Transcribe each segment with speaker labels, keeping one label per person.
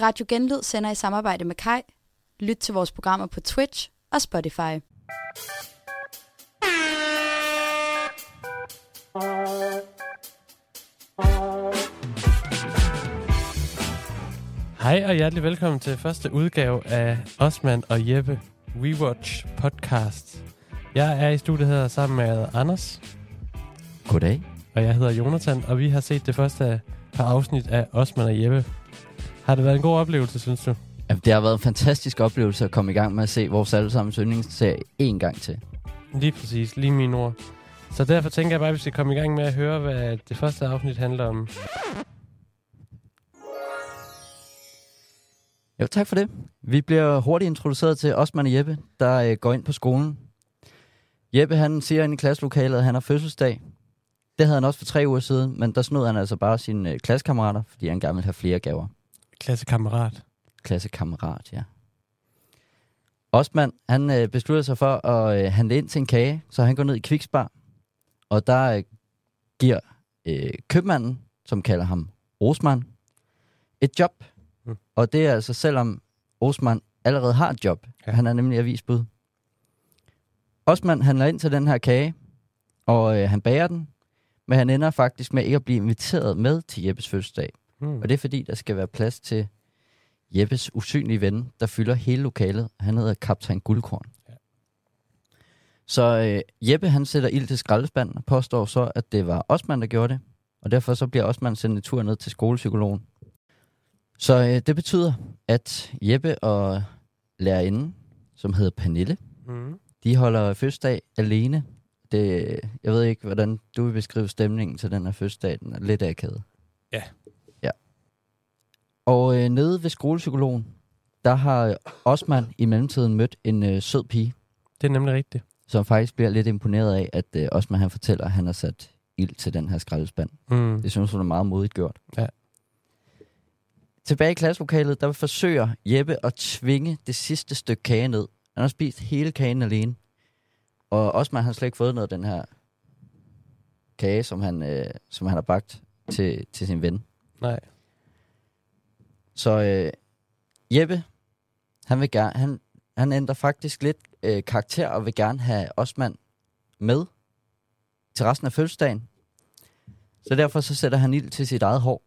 Speaker 1: Radio Genlyd sender i samarbejde med Kai. Lyt til vores programmer på Twitch og Spotify.
Speaker 2: Hej og hjertelig velkommen til første udgave af Osman og Jeppe Rewatch podcast. Jeg er i studiet her sammen med Anders,
Speaker 3: Goddag.
Speaker 2: og jeg hedder Jonathan, og vi har set det første par afsnit af Osman og Jeppe. Har det været en god oplevelse, synes du?
Speaker 3: Jamen, Det har været en fantastisk oplevelse at komme i gang med at se vores allesammens yndlingsserie en gang til.
Speaker 2: Lige præcis, lige mine ord. Så derfor tænker jeg bare, at vi skal komme i gang med at høre, hvad det første afsnit handler om.
Speaker 3: Jo, tak for det. Vi bliver hurtigt introduceret til Osman og Jeppe, der øh, går ind på skolen. Jeppe han siger ind i klasselokalet, at han har fødselsdag. Det havde han også for tre uger siden, men der snod han altså bare sine øh, klassekammerater, fordi han gerne ville have flere gaver.
Speaker 2: Klassekammerat.
Speaker 3: klassekammerat, ja. Osman, han øh, beslutter sig for at øh, handle ind til en kage, så han går ned i Kviksbar, og der øh, giver øh, købmanden, som kalder ham Osman, et job.
Speaker 2: Mm.
Speaker 3: Mm. Og det er altså selvom Osman allerede har et job.
Speaker 2: Ja.
Speaker 3: Ja. Han er nemlig avisbud. Osman handler ind til den her kage, og øh, han bager den, men han ender faktisk med ikke at blive inviteret med til Jeppes fødselsdag.
Speaker 2: Hmm.
Speaker 3: Og det er fordi, der skal være plads til Jeppes usynlige ven, der fylder hele lokalet. Han hedder Kaptajn Guldkorn.
Speaker 2: Ja.
Speaker 3: Så øh, Jeppe han sætter ild til skraldespanden og påstår så, at det var Osman, der gjorde det. Og derfor så bliver Osman sendt en tur ned til skolepsykologen. Så øh, det betyder, at Jeppe og lærerinden, som hedder Pernille,
Speaker 2: Hmm.
Speaker 3: de holder fødselsdag alene. Det, jeg ved ikke, hvordan du vil beskrive stemningen til den her fødselsdag. Den er lidt akavet.
Speaker 2: Ja.
Speaker 3: Ja. Og øh, nede ved skolepsykologen, der har øh, Osman i mellemtiden mødt en øh, sød pige,
Speaker 2: Det er nemlig rigtigt.
Speaker 3: som faktisk bliver lidt imponeret af, at øh, Osman han fortæller, at han har sat ild til den her skraldespand.
Speaker 2: Hmm.
Speaker 3: Det synes hun er meget modigt gjort.
Speaker 2: Ja.
Speaker 3: Tilbage i klasselokalet, der forsøger Jeppe at tvinge det sidste stykke kage ned. Han har spist hele kagen alene. Og Osman har slet ikke fået noget af den her kage, som han, øh, som han har bagt til, til sin ven.
Speaker 2: Nej.
Speaker 3: Så øh, Jeppe, han, vil gerne, han, han ændrer faktisk lidt øh, karakter og vil gerne have Osman med til resten af fødselsdagen. Så derfor så sætter han ild til sit eget hår,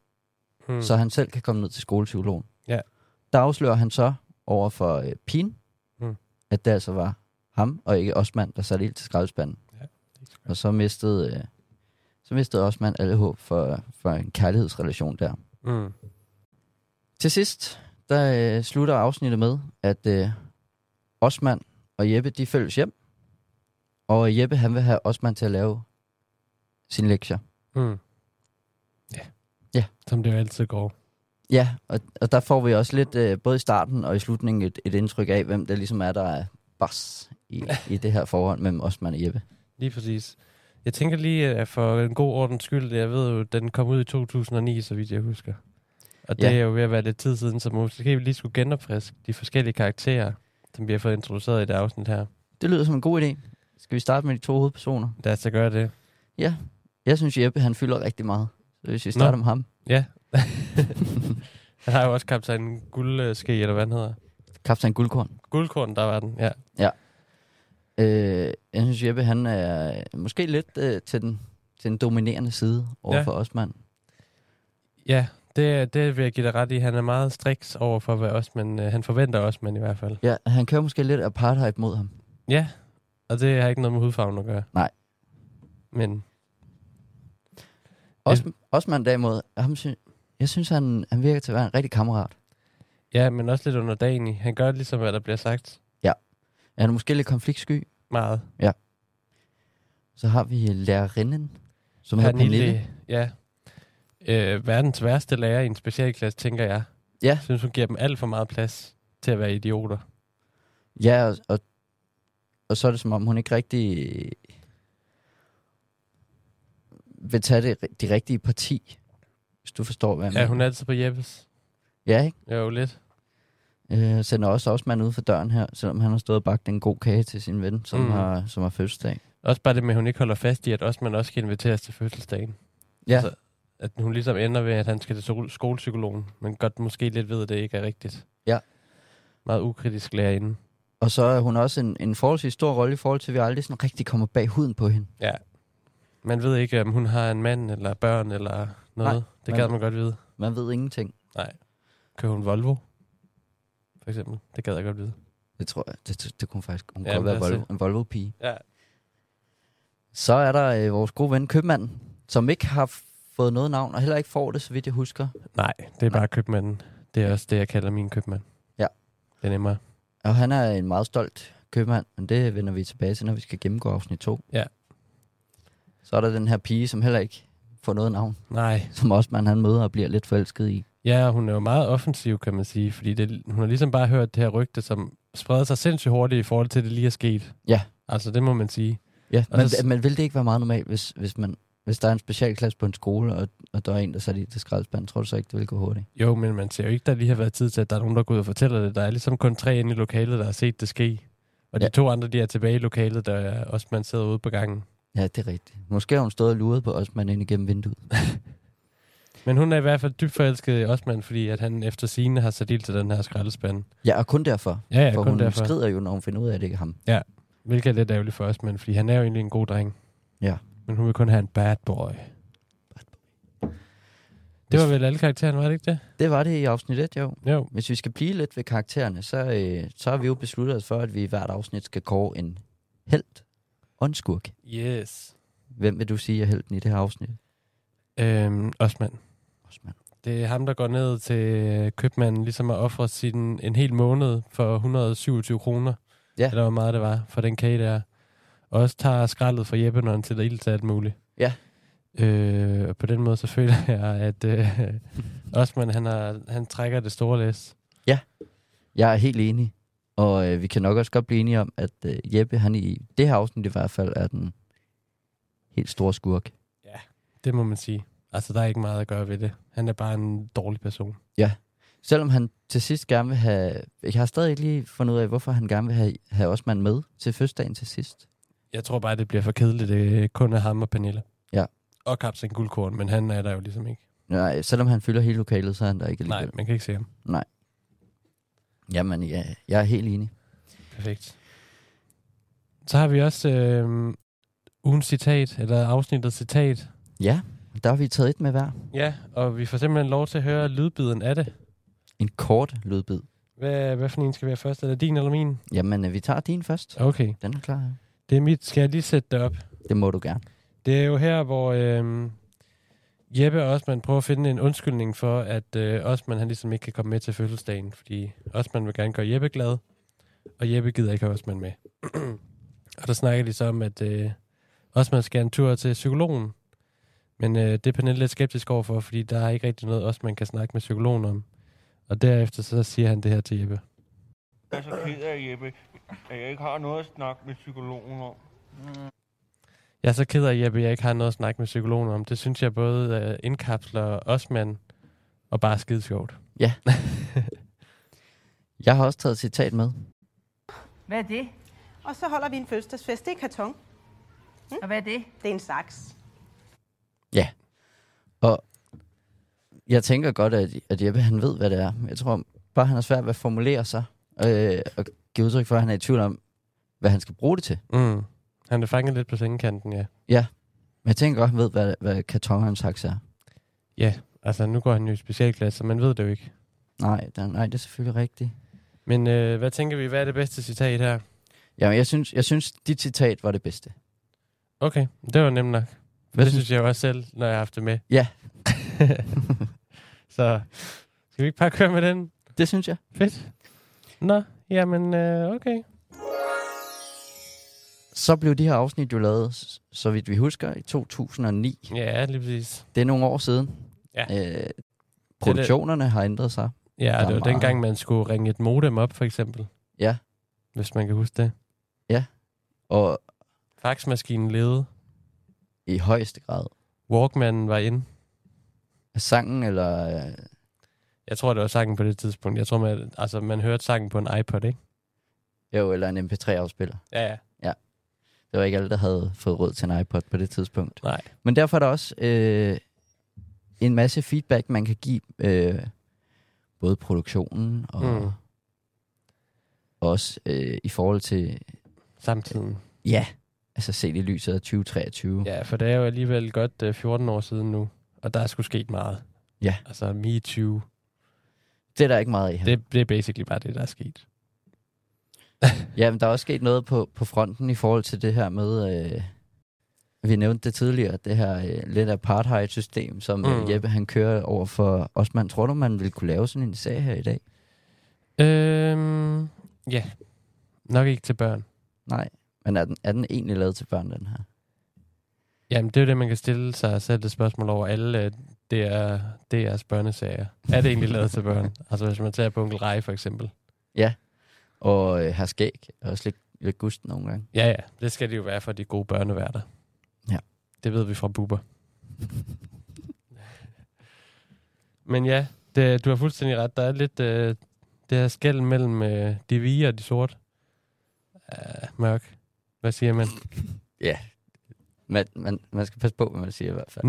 Speaker 2: Hmm.
Speaker 3: mm. så han selv kan komme ned til skolepsykologen.
Speaker 2: Ja.
Speaker 3: Der afslører han så over for øh, pigen,
Speaker 2: Mm.
Speaker 3: mm. at det altså var ham og ikke Osman, der satte ild til skraldespanden. Og så mistede, øh, så mistede Osman alle håb for, for en kærlighedsrelation der.
Speaker 2: Hmm.
Speaker 3: Til sidst, der øh, slutter afsnittet med, at øh, Osman og Jeppe, de følges hjem. Og Jeppe, han vil have Osman til at lave sine lektier.
Speaker 2: Hmm. Ja.
Speaker 3: Ja.
Speaker 2: Som det jo altid går.
Speaker 3: Ja, og, og der får vi også lidt, øh, både i starten og i slutningen, et, et indtryk af, hvem der ligesom er, der er boss i, i det her forhold mellem Osman og Jeppe.
Speaker 2: Lige præcis. Jeg tænker lige, at for en god ordens skyld, jeg ved jo, den kom ud i 2009, så vidt jeg husker. Og det
Speaker 3: Ja.
Speaker 2: ja. er jo ved at være lidt tid siden, så måske vi lige skulle genopfriske de forskellige karakterer, som vi har fået introduceret i det afsnit her.
Speaker 3: Det lyder som en god idé. Skal vi starte med de to hovedpersoner?
Speaker 2: Lad os da gøre det.
Speaker 3: Ja, jeg synes Jeppe, han fylder rigtig meget. Så hvis vi starter med ham.
Speaker 2: Ja. Han har jo også kaptajn Guldske, eller hvad han hedder.
Speaker 3: Kaptajn Guldkorn.
Speaker 2: Guldkorn, der var den, ja.
Speaker 3: Øh, jeg synes, Jeppe han er måske lidt øh, til, den, til den dominerende side overfor ja. Osman.
Speaker 2: Ja, det, det vil jeg give dig ret i. Han er meget striks over for, hvad også man, han forventer også, men i hvert fald.
Speaker 3: Ja, han kører måske lidt apartheid mod ham.
Speaker 2: Ja, og det har ikke noget med hudfarven at gøre.
Speaker 3: Nej.
Speaker 2: Men
Speaker 3: Os, Osman derimod, ham synes, jeg synes, han, han virker til at være en rigtig kammerat.
Speaker 2: Ja, men også lidt underdanig. Han gør ligesom, hvad der bliver sagt.
Speaker 3: Han er måske lidt konfliktsky.
Speaker 2: Meget.
Speaker 3: Så har vi øh, lærerinden, som hedder Pernille.
Speaker 2: Ja. Øh, verdens værste lærer i en specialklasse, tænker jeg.
Speaker 3: Ja.
Speaker 2: Jeg synes, hun giver dem alt for meget plads til at være idioter.
Speaker 3: Ja, og, og, og så er det som om, hun ikke rigtig øh, vil tage det, de rigtige parti, hvis du forstår, hvad jeg
Speaker 2: Ja, hun er altid på Jeppes.
Speaker 3: Ja, ikke?
Speaker 2: Jo, lidt.
Speaker 3: Øh, sender også Osman ud for døren her, selvom han har stået og bagt en god kage til sin ven, som,
Speaker 2: Mm.
Speaker 3: mm. har, som har fødselsdag.
Speaker 2: Også bare det med, at hun ikke holder fast i, at også man også skal inviteres til fødselsdagen.
Speaker 3: Ja,
Speaker 2: Altså, at hun ligesom ender ved, at han skal til sol- skolepsykologen, men godt måske lidt ved, at det ikke er rigtigt.
Speaker 3: Ja.
Speaker 2: Meget ukritisk lærerinde.
Speaker 3: Og så er hun også en, en forholdsvis stor rolle i forhold til, at vi aldrig sådan rigtig kommer bag huden på hende.
Speaker 2: Ja. Man ved ikke, om hun har en mand eller børn eller noget. Nej, det
Speaker 3: man-
Speaker 2: gad man godt vide.
Speaker 3: Man ved ingenting.
Speaker 2: Kører hun Volvo? For eksempel. Det gad jeg godt vide.
Speaker 3: Det tror jeg, det, det, det kunne faktisk hun
Speaker 2: Ja,
Speaker 3: ja, godt
Speaker 2: men altså-
Speaker 3: være
Speaker 2: lad os
Speaker 3: Volvo, en Volvo-pige.
Speaker 2: Ja.
Speaker 3: Så er der øh, vores gode ven, købmanden, som ikke har f- fået noget navn, og heller ikke får det, så vidt jeg husker.
Speaker 2: Nej, det er bare købmanden. Det er også det, jeg kalder min købmand.
Speaker 3: Ja.
Speaker 2: Det er nemmere.
Speaker 3: Og han er en meget stolt købmand, men det vender vi tilbage til, når vi skal gennemgå afsnit 2.
Speaker 2: Ja.
Speaker 3: Så er der den her pige, som heller ikke får noget navn,
Speaker 2: Nej.
Speaker 3: som også man han møder og bliver lidt forelsket i.
Speaker 2: Ja, hun er jo meget offensiv, kan man sige, fordi det, hun har ligesom bare hørt det her rygte, som spreder sig sindssygt hurtigt i forhold til, at det lige er sket.
Speaker 3: Ja.
Speaker 2: Altså, det må man sige.
Speaker 3: Ja,
Speaker 2: Og
Speaker 3: men,
Speaker 2: så-
Speaker 3: men vil det ikke være meget normalt, hvis, hvis, man, hvis der er en specialklasse på en skole, og, og der er en, der sætter i det skraldespand, tror du så ikke, det vil gå hurtigt?
Speaker 2: Jo, men man ser jo ikke, der lige har været tid til, at der er nogen, der går ud og fortæller det. Der er ligesom kun tre inde i lokalet, der har set det ske. Og de
Speaker 3: Ja.
Speaker 2: ja. to andre, de er tilbage i lokalet, der er også man sidder ude på gangen.
Speaker 3: Ja, det er rigtigt. Måske har hun stået og luret på os, man ind igennem vinduet.
Speaker 2: Men hun er i hvert fald dybt forelsket i Osman, fordi at han efter sine har sat ild til den her skraldespand.
Speaker 3: Ja, og kun derfor.
Speaker 2: Ja, ja,
Speaker 3: for
Speaker 2: kun
Speaker 3: hun
Speaker 2: derfor.
Speaker 3: skrider jo, når hun finder ud af, at det ikke er ham.
Speaker 2: Hvilket er lidt ærgerligt for Osman, fordi han er jo egentlig en god dreng.
Speaker 3: Ja.
Speaker 2: Men hun vil kun have en bad boy. Det var vel alle karaktererne, var det ikke det?
Speaker 3: Det var det i afsnit 1, jo.
Speaker 2: Jo.
Speaker 3: Hvis vi skal blive lidt ved karaktererne, så, øh, så har vi jo besluttet os for, at vi i hvert afsnit skal kåre en held og en skurk.
Speaker 2: Yes.
Speaker 3: Hvem vil du sige er helten i det her afsnit?
Speaker 2: Øhm, Osman.
Speaker 3: Osman.
Speaker 2: Det er ham, der går ned til købmanden, ligesom at ofre sin, en hel måned for 127 kroner.
Speaker 3: Ja.
Speaker 2: Eller hvor meget det var for den kage der. Og også tager skraldet fra Jeppe, når han sætter ild til alt muligt.
Speaker 3: Ja.
Speaker 2: Øh, og på den måde så føler jeg, at øh, Osman, han, har, han trækker det store læs.
Speaker 3: Jeg er helt enig. Og øh, vi kan nok også godt blive enige om, at øh, Jeppe, han i det her afsnit i hvert fald, er den helt store skurk.
Speaker 2: Det må man sige. Altså, der er ikke meget at gøre ved det. Han er bare en dårlig person.
Speaker 3: Selvom han til sidst gerne vil have... Jeg har stadig ikke lige fundet ud af, hvorfor han gerne vil have, have Osman med til fødselsdagen til sidst.
Speaker 2: Jeg tror bare, det bliver for kedeligt. Det kun er ham og Pernille.
Speaker 3: Ja.
Speaker 2: Og kapsen guldkorn, men han er der jo ligesom ikke.
Speaker 3: Nej, selvom han fylder hele lokalet, så er han der ikke
Speaker 2: Nej,
Speaker 3: alligevel.
Speaker 2: man kan ikke se ham.
Speaker 3: Jamen, ja, jeg er helt enig.
Speaker 2: Perfekt. Så har vi også øh, ugens citat, eller afsnittet citat.
Speaker 3: Ja, der har vi taget et med hver.
Speaker 2: Ja, og vi får simpelthen lov til at høre lydbiden af det.
Speaker 3: En kort lydbid.
Speaker 2: Hvad, hvad for en skal være først? Er det din eller min?
Speaker 3: Jamen, øh, vi tager din først.
Speaker 2: Okay.
Speaker 3: Den er klar.
Speaker 2: Det er mit. Skal jeg lige sætte det op?
Speaker 3: Det må du gerne.
Speaker 2: Det er jo her, hvor øh, Jeppe og Osman prøver at finde en undskyldning for, at øh, Osman han ligesom ikke kan komme med til fødselsdagen, fordi Osman vil gerne gøre Jeppe glad, og Jeppe gider ikke have Osman med. og der snakker de så om, at øh, Osman skal en tur til psykologen, men øh, det er Pernille lidt skeptisk overfor, fordi der er ikke rigtig noget, Osman kan snakke med psykologen om. Og derefter så siger han det her til Jeppe.
Speaker 4: Jeg er så ked af, Jeppe, at jeg ikke har noget at snakke med psykologen om.
Speaker 2: Jeg er så ked af, Jeppe, at jeg ikke har noget at snakke med psykologen om. Det synes jeg både øh, indkapsler Osman og bare er skide sjovt.
Speaker 3: Ja. Jeg har også taget et citat med.
Speaker 5: Hvad er det?
Speaker 6: Og så holder vi en fødselsdagsfest. Det er karton.
Speaker 5: Og hvad er det?
Speaker 6: Det er en saks.
Speaker 3: Ja. Og jeg tænker godt, at, at Jeppe han ved, hvad det er. Jeg tror bare, han har svært ved at formulere sig øh, og give udtryk for, at han er i tvivl om, hvad han skal bruge det til.
Speaker 2: Mm. Han er fanget lidt på sengekanten, ja.
Speaker 3: Men jeg tænker godt, han ved, hvad, hvad karton og en saks er.
Speaker 2: Altså, nu går han jo i specialklasse, så man ved det jo ikke.
Speaker 3: Nej, der, nej, det er selvfølgelig rigtigt.
Speaker 2: Men øh, hvad tænker vi, hvad er det bedste citat her?
Speaker 3: Jamen, jeg synes, jeg synes dit citat var det bedste.
Speaker 2: Okay, det var nemt nok.
Speaker 3: Hvad
Speaker 2: det
Speaker 3: synes
Speaker 2: synes jeg jo også selv, når jeg har haft det med.
Speaker 3: Ja.
Speaker 2: så skal vi ikke bare køre med den?
Speaker 3: Det synes jeg.
Speaker 2: Fedt. Nå, jamen øh, okay.
Speaker 3: Så blev de her afsnit jo lavet, s- så vidt vi husker, i 2009.
Speaker 2: Ja, lige præcis.
Speaker 3: Det er nogle år siden.
Speaker 2: Ja.
Speaker 3: Øh, produktionerne har ændret sig.
Speaker 2: Ja,
Speaker 3: Der er
Speaker 2: det var
Speaker 3: meget.
Speaker 2: dengang, man skulle ringe et modem op, for eksempel.
Speaker 3: Ja.
Speaker 2: Hvis man kan huske det.
Speaker 3: Og
Speaker 2: Faxmaskinen levede.
Speaker 3: i højeste grad.
Speaker 2: Walkmanen var inde.
Speaker 3: Sangen eller øh,
Speaker 2: Jeg tror, det var sangen på det tidspunkt. Jeg tror, man, altså, man hørte sangen på en iPod, ikke?
Speaker 3: Jo, eller en MP3-afspiller.
Speaker 2: Ja, ja.
Speaker 3: Det var ikke alle, der havde fået råd til en iPod på det tidspunkt.
Speaker 2: Nej.
Speaker 3: Men derfor er der også øh, en masse feedback, man kan give øh, både produktionen og
Speaker 2: Mm.
Speaker 3: mm. også øh, i forhold til,
Speaker 2: samtiden.
Speaker 3: ja, altså set i lyset af 2023.
Speaker 2: Ja, for det er jo alligevel godt øh, 14 år siden nu, og der er sgu sket meget.
Speaker 3: Ja.
Speaker 2: Altså, me too.
Speaker 3: Det er der ikke meget af her.
Speaker 2: Det, det er basically bare det, der er sket.
Speaker 3: Ja, men der er også sket noget på, på fronten i forhold til det her med, øh, vi nævnte det tidligere, det her øh, lidt apartheid-system, som
Speaker 2: Mm.
Speaker 3: mm. Jeppe han kører over for Osman. Tror du, man ville kunne lave sådan en sag her i dag?
Speaker 2: Øhm, ja. Nok ikke til børn.
Speaker 3: Nej. Men er den, er den egentlig lavet til børn, den her?
Speaker 2: Jamen, det er jo det, man kan stille sig selv et spørgsmål over alle øh, DR, DR's børnesager. Er det egentlig lavet til børn? Altså, hvis man tager på Onkel Rej, for eksempel.
Speaker 3: Og øh, har skæg, og også lidt, lidt gust nogle gange.
Speaker 2: Ja, ja. Det skal det jo være for de gode børneværter.
Speaker 3: Ja.
Speaker 2: Det ved vi fra Bubber. Men ja, det, du har fuldstændig ret. Der er lidt øh, det her skæld mellem øh, de hvide og de sorte. Uh, mørk. Hvad siger man?
Speaker 3: man, man, man skal passe på, hvad man siger i hvert fald.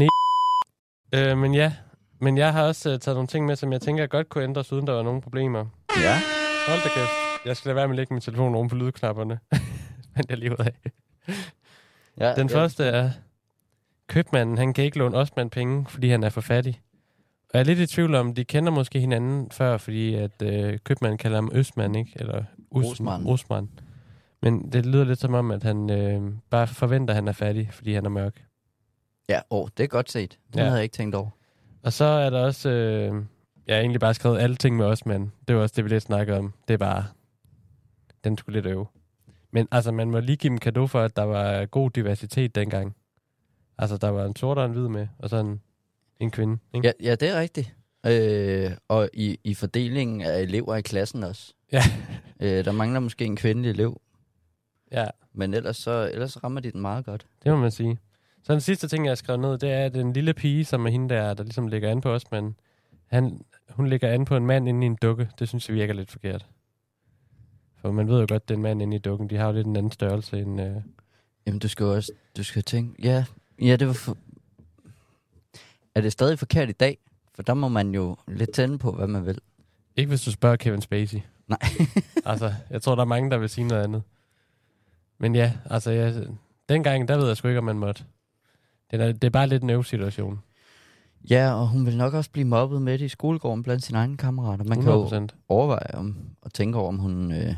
Speaker 2: Øh, men ja, men jeg har også øh, taget nogle ting med, som jeg tænker godt kunne ændres, uden der var nogen problemer.
Speaker 3: Ja.
Speaker 2: Hold da kæft. Jeg skal lade være med at lægge min telefon oven på lydknapperne. men jeg lige ud af.
Speaker 3: ja
Speaker 2: Den
Speaker 3: ja.
Speaker 2: første er, købmanden, han kan ikke låne Osman penge, fordi han er for fattig. Og jeg er lidt i tvivl om, de kender måske hinanden før, fordi at øh, købmanden kalder ham Østman, ikke? Eller Osman.
Speaker 3: Osman.
Speaker 2: Osman. Men det lyder lidt som om, at han øh, bare forventer, at han er fattig, fordi han er mørk.
Speaker 3: Ja, åh, det er godt set. Den
Speaker 2: Ja.
Speaker 3: ja. havde jeg ikke tænkt over.
Speaker 2: Og så er der også... Øh, jeg har egentlig bare skrevet alle ting med os, men det var også det, vi lidt snakkede om. Det er bare... Den skulle lidt øve. Men altså, man må lige give dem kado for, at der var god diversitet dengang. Altså, der var en sort og en hvid med, og så en, en kvinde. Ikke?
Speaker 3: Ja, ja det er rigtigt. Øh, og i, i fordelingen af elever i klassen også.
Speaker 2: Ja.
Speaker 3: Øh, der mangler måske en kvindelig elev,
Speaker 2: ja,
Speaker 3: men ellers, så, ellers rammer de den meget godt.
Speaker 2: det må man sige. Så den sidste ting, jeg har skrevet ned, det er, at en lille pige, som er hende der, der ligesom ligger an på os, men han, hun ligger an på en mand inde i en dukke. Det synes jeg virker lidt forkert. For man ved jo godt, den mand inde i dukken, de har jo lidt en anden størrelse end... Øh,
Speaker 3: Jamen, du skal jo også du skal tænke, ja, ja det var for... Er det stadig forkert i dag? For der må man jo lidt tænde på, hvad man vil.
Speaker 2: Ikke hvis du spørger Kevin Spacey.
Speaker 3: Nej.
Speaker 2: altså, jeg tror, der er mange, der vil sige noget andet. Men ja, altså, jeg, dengang, der ved jeg sgu ikke, om man måtte. Det er, det er bare lidt en øvesituation.
Speaker 3: Ja, og hun vil nok også blive mobbet med det i skolegården blandt sine egne kammerater. Man
Speaker 2: 100%.
Speaker 3: kan jo overveje om, og tænke over, om hun, øh,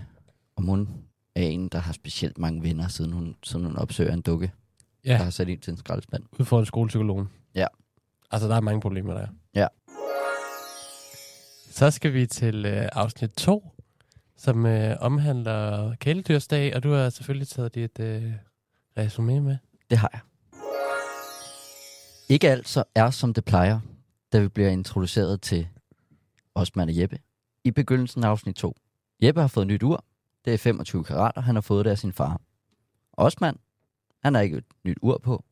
Speaker 3: om hun er en, der har specielt mange venner, siden hun, siden hun opsøger en dukke, ja. der
Speaker 2: Ja,
Speaker 3: har sat ind til en skraldespand.
Speaker 2: ud for en skolepsykolog.
Speaker 3: Ja.
Speaker 2: Altså, der er mange problemer der.
Speaker 3: Ja.
Speaker 2: Så skal vi til øh, afsnit 2, som øh, omhandler kæledyrsdag, og du har selvfølgelig taget dit øh, resume med.
Speaker 3: Det har jeg. Ikke alt så er, som det plejer, da vi bliver introduceret til Osman og Jeppe i begyndelsen af afsnit 2. Jeppe har fået nyt ur. Det er 25 karat, og han har fået det af sin far. Osman, han har ikke et nyt ur på.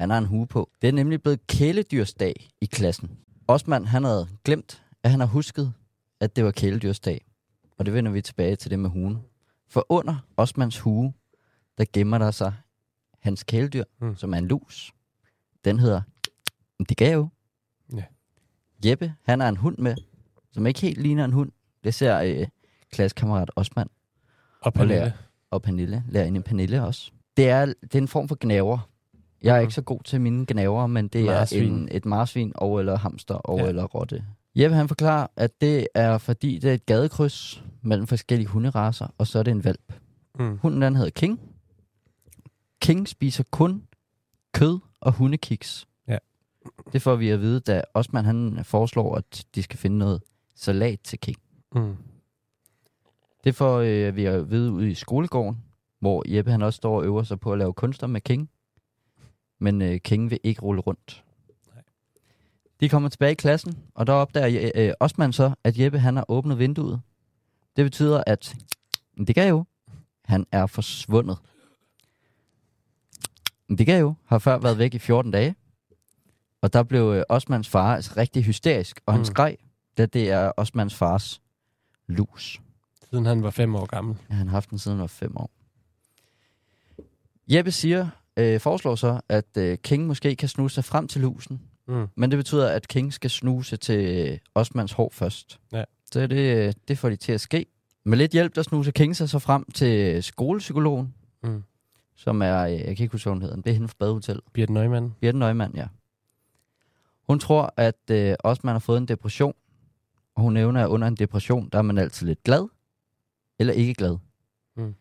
Speaker 3: Han har en hue på. Det er nemlig blevet kæledyrsdag i klassen. Osman, han havde glemt, at han har husket, at det var kæledyrsdag. Og det vender vi tilbage til det med huen. For under Osmans hue, der gemmer der sig hans kæledyr,
Speaker 2: Mm.
Speaker 3: mm. som er en lus. Den hedder Digao.
Speaker 2: Ja.
Speaker 3: Jeppe, han har en hund med, som ikke helt ligner en hund. Det ser øh, klassekammerat Osman
Speaker 2: Og Pernille.
Speaker 3: lærer. og Pernille, lærerinde Pernille også. Det er, det er en form for gnaver. Jeg er
Speaker 2: Mhm.
Speaker 3: ikke så god til mine gnaver, men det
Speaker 2: Marsvin.
Speaker 3: marsvin. er en, et marsvin og eller hamster og
Speaker 2: Ja.
Speaker 3: ja. eller rotte. Jeppe han forklarer, at det er fordi, det er et gadekryds mellem forskellige hunderaser, og så er det en valp.
Speaker 2: Mm.
Speaker 3: Hunden den hedder King. King spiser kun kød og hundekiks.
Speaker 2: Ja.
Speaker 3: Det får vi at vide, da Osman han foreslår, at de skal finde noget salat til King.
Speaker 2: Mm.
Speaker 3: Det får øh, vi at vide ude i skolegården, hvor Jeppe han også står og øver sig på at lave kunster med King. Men øh, King vil ikke rulle rundt.
Speaker 2: Nej.
Speaker 3: De kommer tilbage i klassen, og der opdager øh, Osman så, at Jeppe han har åbnet vinduet. Det betyder, at det kan jo, han er forsvundet. Det kan jo, har før været væk i 14 dage. Og der blev øh, Osmans far altså rigtig hysterisk, og han
Speaker 2: Mm.
Speaker 3: mm. skreg, da det er Osmans fars lus.
Speaker 2: Siden han var fem år gammel.
Speaker 3: Ja, han har haft den siden han var fem år. Jeppe siger, øh, foreslår så, at øh, King måske kan snuse sig frem til lusen,
Speaker 2: Mm.
Speaker 3: Men det betyder, at King skal snuse til Osmans hår først.
Speaker 2: Ja.
Speaker 3: Så det, øh, det får de til at ske. Med lidt hjælp, der snuser King sig så frem til øh, skolepsykologen,
Speaker 2: Mm.
Speaker 3: som er, øh, jeg kan ikke huske, hvad hun hedder, men det er hende fra badehotellet.
Speaker 2: Birte Neumann.
Speaker 3: Birte Nøgman, ja. Hun tror, at øh, Osman har fået en depression, og hun nævner, at under en depression, der er man altid lidt glad, eller ikke glad.
Speaker 2: Mm.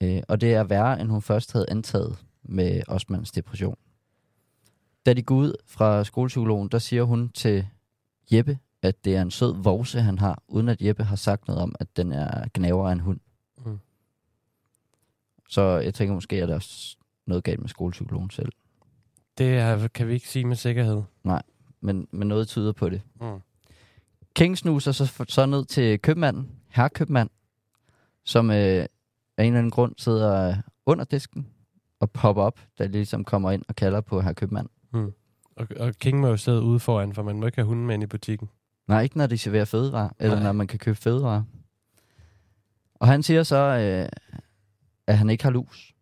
Speaker 3: Øh, og det er værre, end hun først havde antaget med Osmans depression. Da de går ud fra skolepsykologen, der siger hun til Jeppe, at det er en sød vovse, han har, uden at Jeppe har sagt noget om, at den er gnaver af en hund.
Speaker 2: Mm.
Speaker 3: Så jeg tænker måske, at der er s- noget galt med skolepsykologen selv.
Speaker 2: Det har- kan vi ikke sige med sikkerhed.
Speaker 3: men, men noget tyder på det.
Speaker 2: Mm.
Speaker 3: King snuser så, så ned til købmanden, herrekøbmand, som øh, af en eller anden grund sidder øh, under disken og popper op, der ligesom kommer ind og kalder på herrekøbmand.
Speaker 2: Og, og King må jo sidde ude foran, for man må ikke have hunden med ind i butikken.
Speaker 3: Nej, ikke når de serverer fødevarer, eller
Speaker 2: Nej.
Speaker 3: når man kan købe fødevarer. Og han siger så, øh, at han ikke har lus.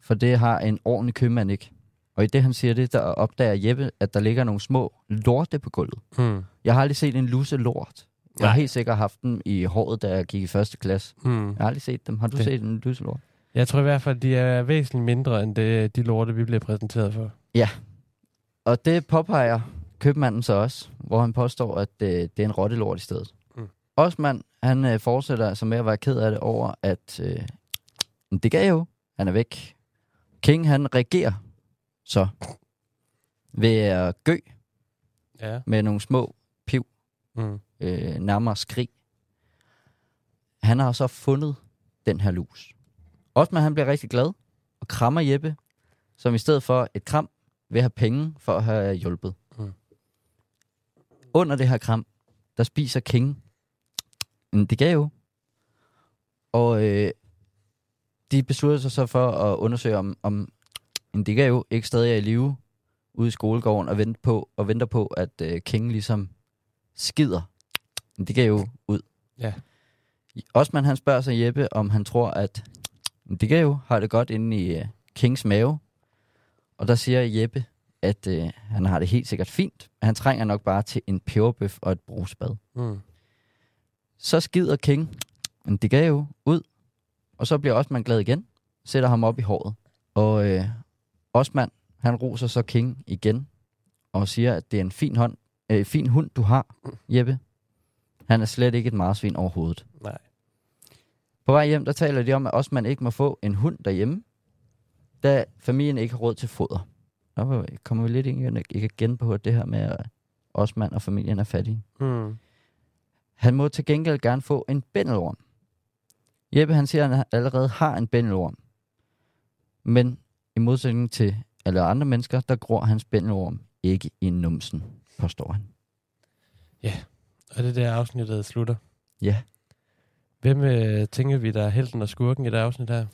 Speaker 3: For det har en ordentlig købmand ikke. Og i det, han siger det, der opdager Jeppe, at der ligger nogle små lorte på gulvet.
Speaker 2: Mm.
Speaker 3: Jeg har aldrig set en lusse lort. Jeg har
Speaker 2: Nej.
Speaker 3: helt sikkert haft dem i håret, da jeg gik i første klasse.
Speaker 2: Mm.
Speaker 3: Jeg har aldrig set dem. Har du
Speaker 2: Det-
Speaker 3: det. set en lusse lort?
Speaker 2: Jeg tror i hvert fald, de er væsentligt mindre, end det, de lorte, vi bliver præsenteret for.
Speaker 3: Og det påpeger købmanden så også, hvor han påstår, at øh, det er en rottelort i stedet.
Speaker 2: Mm.
Speaker 3: Mm. Osman, han øh, fortsætter altså med at være ked af det over, at øh, "Men det gav jo. Han er væk. King, han reagerer så ved at gø
Speaker 2: Ja.
Speaker 3: med nogle små
Speaker 2: Mm.
Speaker 3: øh, nærmere skrig. Han har så fundet den her lus. Osman han bliver rigtig glad og krammer Jeppe, som i stedet for et kram vil have penge for at have hjulpet.
Speaker 2: Mm.
Speaker 3: Mm. Under det her kram, der spiser King en digave. Og øh, de beslutter sig så for at undersøge, om, om en digave ikke stadig er i live ude i skolegården og venter på, og venter på at øh, King ligesom skider men det gav jo ud.
Speaker 2: Ja.
Speaker 3: Osman han spørger så Jeppe, om han tror, at det gav jo har det godt inde i øh, Kings mave. Og der siger Jeppe, at øh, han har det helt sikkert fint. Han trænger nok bare til en peberbøf og et brusbad.
Speaker 2: Mm.
Speaker 3: Så skider King, men det gav jo ud. Og så bliver Osman glad igen, sætter ham op i håret. Og øh, Osman, han roser så King igen, og siger, at det er en fin, hånd, øh, fin hund, du har, Jeppe. Han er slet ikke et marsvin overhovedet.
Speaker 2: Nej.
Speaker 3: På vej hjem, der taler de om, at Osman ikke må få en hund derhjemme, da familien ikke har råd til foder. Der kommer vi lidt ind igen på det her med, at Osman og familien er fattige.
Speaker 2: Mm.
Speaker 3: Han må til gengæld gerne få en bændelorm. Jeppe han siger, at han allerede har en bændelorm. Men i modsætning til alle andre mennesker, der gror hans bændelorm ikke i numsen, påstår han.
Speaker 2: Og det er der afsnittet slutter.
Speaker 3: Ja.
Speaker 2: Hvem øh, tænker vi, der er helten og skurken i det afsnit her?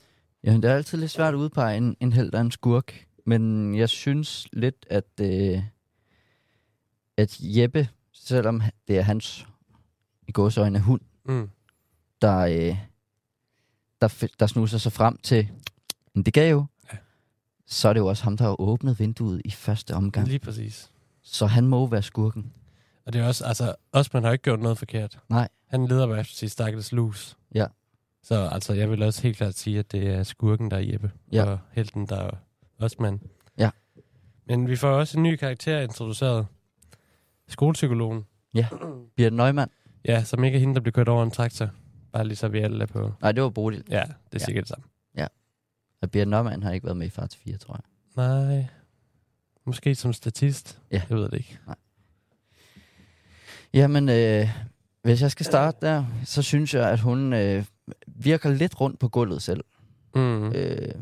Speaker 3: Jamen, det er altid lidt svært at udpege en, en held og en skurk, men jeg synes lidt, at, øh, at Jeppe, selvom det er hans i gåsøjne hund,
Speaker 2: Mm.
Speaker 3: der, øh, der, f- der snuser sig frem til, men det gav jo,
Speaker 2: Ja.
Speaker 3: ja. så er det jo også ham, der har åbnet vinduet i første omgang.
Speaker 2: Lige præcis.
Speaker 3: Så han må jo være skurken.
Speaker 2: Og det er også, altså, Osman har ikke gjort noget forkert.
Speaker 3: Nej.
Speaker 2: Han leder bare efter sit stakkels lus.
Speaker 3: Ja.
Speaker 2: Så altså, jeg vil også helt klart sige, at det er skurken, der er Jeppe.
Speaker 3: Ja.
Speaker 2: Og helten, der er Osman.
Speaker 3: Ja.
Speaker 2: Men vi får også en ny karakter introduceret. Skolepsykologen.
Speaker 3: Birte Neumann?
Speaker 2: Ja, som ikke er hende, der bliver kørt over en traktor. Bare lige så vi alle er på.
Speaker 3: Nej, det var Bodil.
Speaker 2: Ja, det er
Speaker 3: Ja.
Speaker 2: sikkert det samme.
Speaker 3: Og Birte Neumann har ikke været med i Far til 4, tror jeg.
Speaker 2: Nej. Måske som statist.
Speaker 3: Ja.
Speaker 2: Jeg ved det ikke.
Speaker 3: Jamen, øh, hvis jeg skal starte der, så synes jeg, at hun øh, virker lidt rundt på gulvet selv.
Speaker 2: Mm. Øh.
Speaker 3: Øh,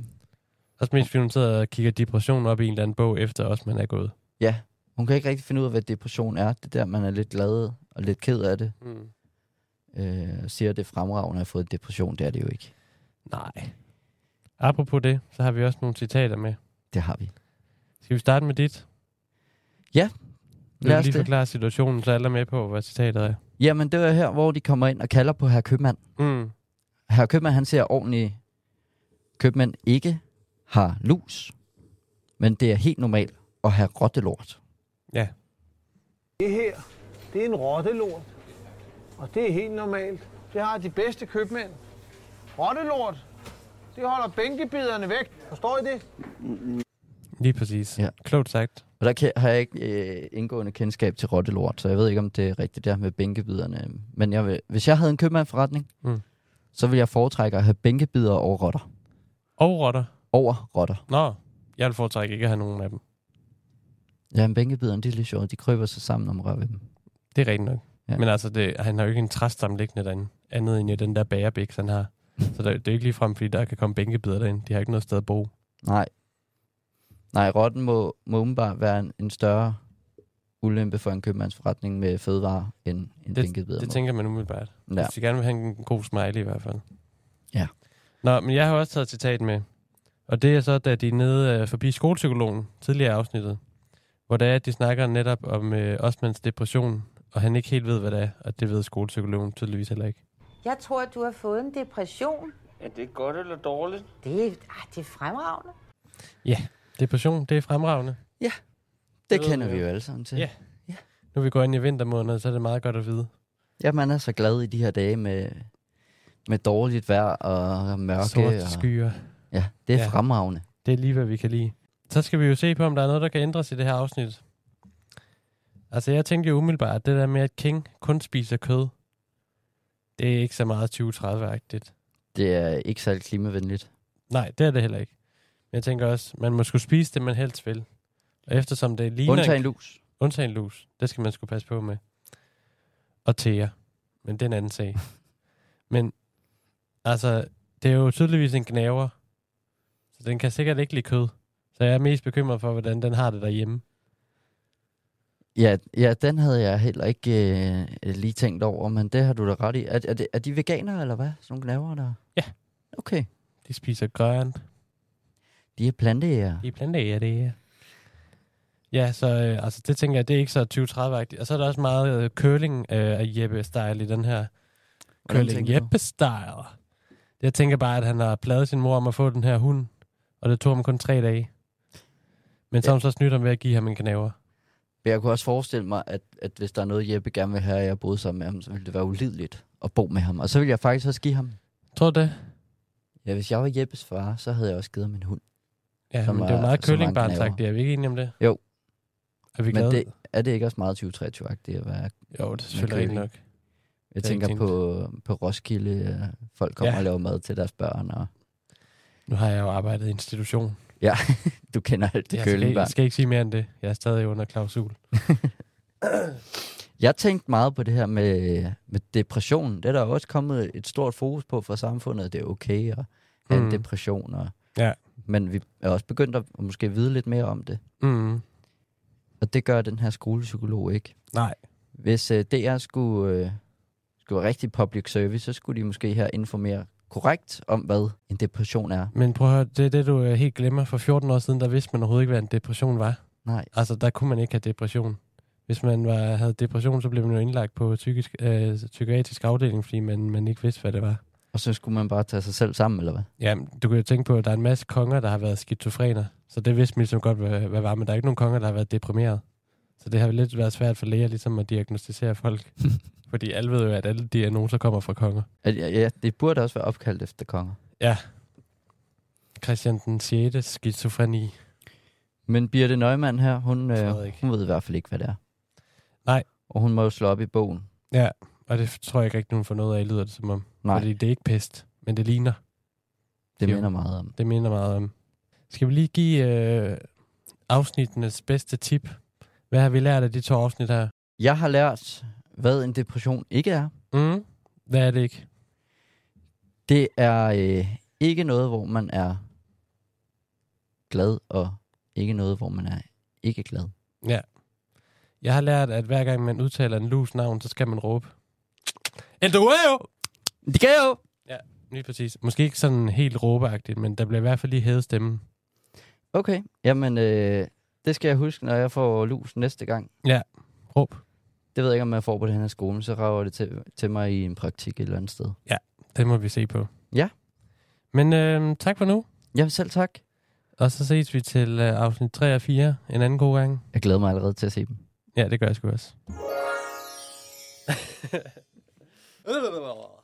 Speaker 2: Også mest fordi hun sidder og kigger depression op i en eller anden bog, efter også man er gået.
Speaker 3: ja, hun kan ikke rigtig finde ud af, hvad depression er. Det er der, man er lidt glad og lidt ked af det.
Speaker 2: Mm.
Speaker 3: Øh, siger, at det er fremragende at have fået depression. Det er det jo ikke.
Speaker 2: Nej. Apropos det, så har vi også nogle citater med.
Speaker 3: Det har vi.
Speaker 2: Skal vi starte med dit?
Speaker 3: Ja.
Speaker 2: Vil
Speaker 3: Lad
Speaker 2: du
Speaker 3: os
Speaker 2: lige
Speaker 3: det.
Speaker 2: forklare situationen, så alle er med på, hvad citatet er?
Speaker 3: Jamen, det var her, hvor de kommer ind og kalder på herr købmand.
Speaker 2: Mm.
Speaker 3: Herr købmand, han ser ordentligt købmand ikke har lus, men det er helt normalt at have rottelort.
Speaker 2: Ja.
Speaker 7: Det her, det er en rottelort. Og det er helt normalt. Det har de bedste købmænd. Rottelort, det holder bænkebiderne væk. Forstår I det?
Speaker 2: Lige præcis.
Speaker 3: Ja.
Speaker 2: Ja. Klogt sagt.
Speaker 3: Og der kan, har jeg ikke øh, indgående kendskab til rottelort, så jeg ved ikke, om det er rigtigt der med bænkebiderne. Men jeg vil, hvis jeg havde en købmandforretning, mm.
Speaker 2: Mm.
Speaker 3: så ville jeg foretrække at have bænkebider over rotter.
Speaker 2: Og rotter.
Speaker 3: Over rotter.
Speaker 2: Nå, jeg vil foretrække ikke at have nogen af dem.
Speaker 3: Ja, men bænkebiderne, de er lidt sjove. De krøber sig sammen, når man rører ved dem.
Speaker 2: Det er rigtigt nok.
Speaker 3: Ja.
Speaker 2: Ja. Men altså, det, han har jo ikke en træstamme liggende derinde, andet end jo den der bagerbæks, han har. Så der, det er jo ikke ligefrem, fordi der kan komme bænkebider derinde. De har ikke noget sted at bo.
Speaker 3: Nej. Nej, rotten må, må umiddelbart være en, en større ulempe for en købmandsforretning med fødevarer end en bænkebider.
Speaker 2: det
Speaker 3: må.
Speaker 2: tænker man umiddelbart. Ja.
Speaker 3: ja.
Speaker 2: Hvis vi gerne vil have en god smiley i hvert fald.
Speaker 3: Ja.
Speaker 2: Nå, men jeg har også taget et citat med. Og det er så, da de er nede øh, forbi skolepsykologen, tidligere i afsnittet, hvor det er, at de snakker netop om øh, Osmans depression, og han ikke helt ved, hvad det er, og det ved skolepsykologen tydeligvis heller ikke.
Speaker 8: Jeg tror, du har fået en depression.
Speaker 4: Er det godt eller dårligt?
Speaker 8: Det er, ah, det er fremragende.
Speaker 2: Depression, det er fremragende.
Speaker 3: det kender vi jo alle sammen til.
Speaker 2: Ja. Nu vi går ind i vintermåneden, så er det meget godt at vide.
Speaker 3: Ja, man er så glad i de her dage med, med dårligt vejr og mørke.
Speaker 2: Sorte
Speaker 3: og,
Speaker 2: skyer.
Speaker 3: ja, det er ja.
Speaker 2: Ja.
Speaker 3: fremragende.
Speaker 2: Det er lige, hvad vi kan lide. Så skal vi jo se på, om der er noget, der kan ændres i det her afsnit. Altså, jeg tænkte jo umiddelbart, at det der med, at King kun spiser kød, det er ikke så meget 2030-agtigt.
Speaker 3: Det er ikke særlig klimavenligt.
Speaker 2: Nej, det er det heller ikke. Men jeg tænker også, man må skulle spise det, man helst vil. Og eftersom det ligner...
Speaker 3: Undtagen lus.
Speaker 2: Undtagen lus. Det skal man skulle passe på med. Og tæer. Men det er en anden sag. Men altså, det er jo tydeligvis en gnaver. Så den kan sikkert ikke lide kød. Så jeg er mest bekymret for, hvordan den har det derhjemme.
Speaker 3: Ja, ja, den havde jeg heller ikke øh, lige tænkt over, men det har du da ret i. Er, er, det, er de veganere, eller hvad? Sådan nogle gnaver der?
Speaker 2: Ja.
Speaker 3: Okay.
Speaker 2: De spiser grønt.
Speaker 3: De er plantejæger.
Speaker 2: De planterer det her. Ja, så øh, altså, det tænker jeg, det er ikke så 2030-agtigt. Og så er der også meget øh, curling øh, af Jeppe-style i den her.
Speaker 3: Hvordan
Speaker 2: Curling
Speaker 3: tænker du?
Speaker 2: Jeppe-style. Jeg tænker bare, at han har pladet sin mor om at få den her hund, og det tog ham kun tre dage. Men så har hun så snydt ham ved at give ham en kanaver.
Speaker 3: Men jeg kunne også forestille mig, at, at hvis der er noget, Jeppe gerne vil have, og jeg boede sammen med ham, så ville det være ulideligt at bo med ham. Og så ville jeg faktisk også give ham...
Speaker 2: Tror du det?
Speaker 3: Ja, hvis jeg var Jeppes far, så havde jeg også givet ham en hund.
Speaker 2: Ja, som
Speaker 3: Som
Speaker 2: men det er
Speaker 3: er-
Speaker 2: jo meget
Speaker 3: som er en
Speaker 2: curlingbarn
Speaker 3: gnaver.
Speaker 2: sagt, det er vi ikke enige om det?
Speaker 3: Jo.
Speaker 2: Er vi
Speaker 3: Men
Speaker 2: glade?
Speaker 3: det, er det ikke også meget 2023-agtigt at være
Speaker 2: jo, det er selvfølgelig
Speaker 3: curling.
Speaker 2: ikke nok.
Speaker 3: Jeg
Speaker 2: Det er ikke
Speaker 3: tænker på, på Roskilde, øh, folk kommer ja.
Speaker 2: Ja.
Speaker 3: og laver mad til deres børn, og
Speaker 2: Nu har jeg jo arbejdet i institution.
Speaker 3: du kender alt det
Speaker 2: jeg skal,
Speaker 3: kølige
Speaker 2: ikke,
Speaker 3: barn.
Speaker 2: jeg skal ikke sige mere end det. Jeg er stadig under klausul.
Speaker 3: Jeg tænkte meget på det her med, med depression. Det er der jo også kommet et stort fokus på fra samfundet, at det er okay at have mm. en
Speaker 2: Mm.
Speaker 3: depression. Og,
Speaker 2: Ja.
Speaker 3: Men vi er også begyndt at måske vide lidt mere om det,
Speaker 2: Mm.
Speaker 3: og det gør den her skolepsykolog ikke.
Speaker 2: Nej.
Speaker 3: Hvis øh, DR skulle, øh, skulle være rigtig public service, så skulle de måske her informere korrekt om, hvad en depression er.
Speaker 2: Men prøv at høre, det er det, du øh, helt glemmer. For 14 år siden, der vidste man overhovedet ikke, hvad en depression var.
Speaker 3: Nej,
Speaker 2: Altså, der kunne man ikke have depression. Hvis man var, havde depression, så blev man jo indlagt på psykisk, øh, psykiatrisk afdeling, fordi man, man ikke vidste, hvad det var.
Speaker 3: og så skulle man bare tage sig selv sammen, eller hvad?
Speaker 2: Jamen, du kan jo tænke på, at der er en masse konger, der har været skizofrener. Så det vidste man ligesom godt, hvad, hvad var, men der er ikke nogen konger, der har været deprimeret. Så det har jo lidt været svært for læger ligesom at diagnostisere folk. fordi alle ved jo, at alle diagnoser kommer fra konger.
Speaker 3: At, ja, ja, det burde også være opkaldt efter konger.
Speaker 2: Christian den 6. skizofreni.
Speaker 3: Men Birte Neumann her, hun, øh,
Speaker 2: Frederik.
Speaker 3: hun ved i hvert fald ikke, hvad det er.
Speaker 2: Nej.
Speaker 3: Og hun må jo slå op i bogen.
Speaker 2: Og det tror jeg ikke rigtig, nogen får noget af, lyder det som om.
Speaker 3: Nej,
Speaker 2: Fordi det er ikke pest, men det ligner.
Speaker 3: det
Speaker 2: jo.
Speaker 3: minder meget om.
Speaker 2: Det minder meget om. Skal vi lige give øh, afsnittenes bedste tip? Hvad har vi lært af de to afsnit her?
Speaker 3: Jeg har lært, hvad en depression ikke er.
Speaker 2: Mm? Hvad er det ikke?
Speaker 3: Det er øh, ikke noget, hvor man er glad, og ikke noget, hvor man er ikke glad.
Speaker 2: Jeg har lært, at hver gang man udtaler en lus navn, så skal man råbe. El Duero!
Speaker 3: Det kan jo!
Speaker 2: Lige præcis. Måske ikke sådan helt råbeagtigt, men der bliver i hvert fald lige hævet stemmen.
Speaker 3: Okay, jamen øh, det skal jeg huske, når jeg får lus næste gang.
Speaker 2: Råb.
Speaker 3: Det ved jeg ikke, om jeg får på den her skole, men så rager det til, til mig i en praktik et eller andet sted.
Speaker 2: Det må vi se på.
Speaker 3: Ja.
Speaker 2: Men øh, tak for nu.
Speaker 3: Jamen selv tak.
Speaker 2: Og så ses vi til øh, afsnit 3 og 4 en anden god gang.
Speaker 3: Jeg glæder mig allerede til at se dem.
Speaker 2: Ja, det gør jeg sgu også.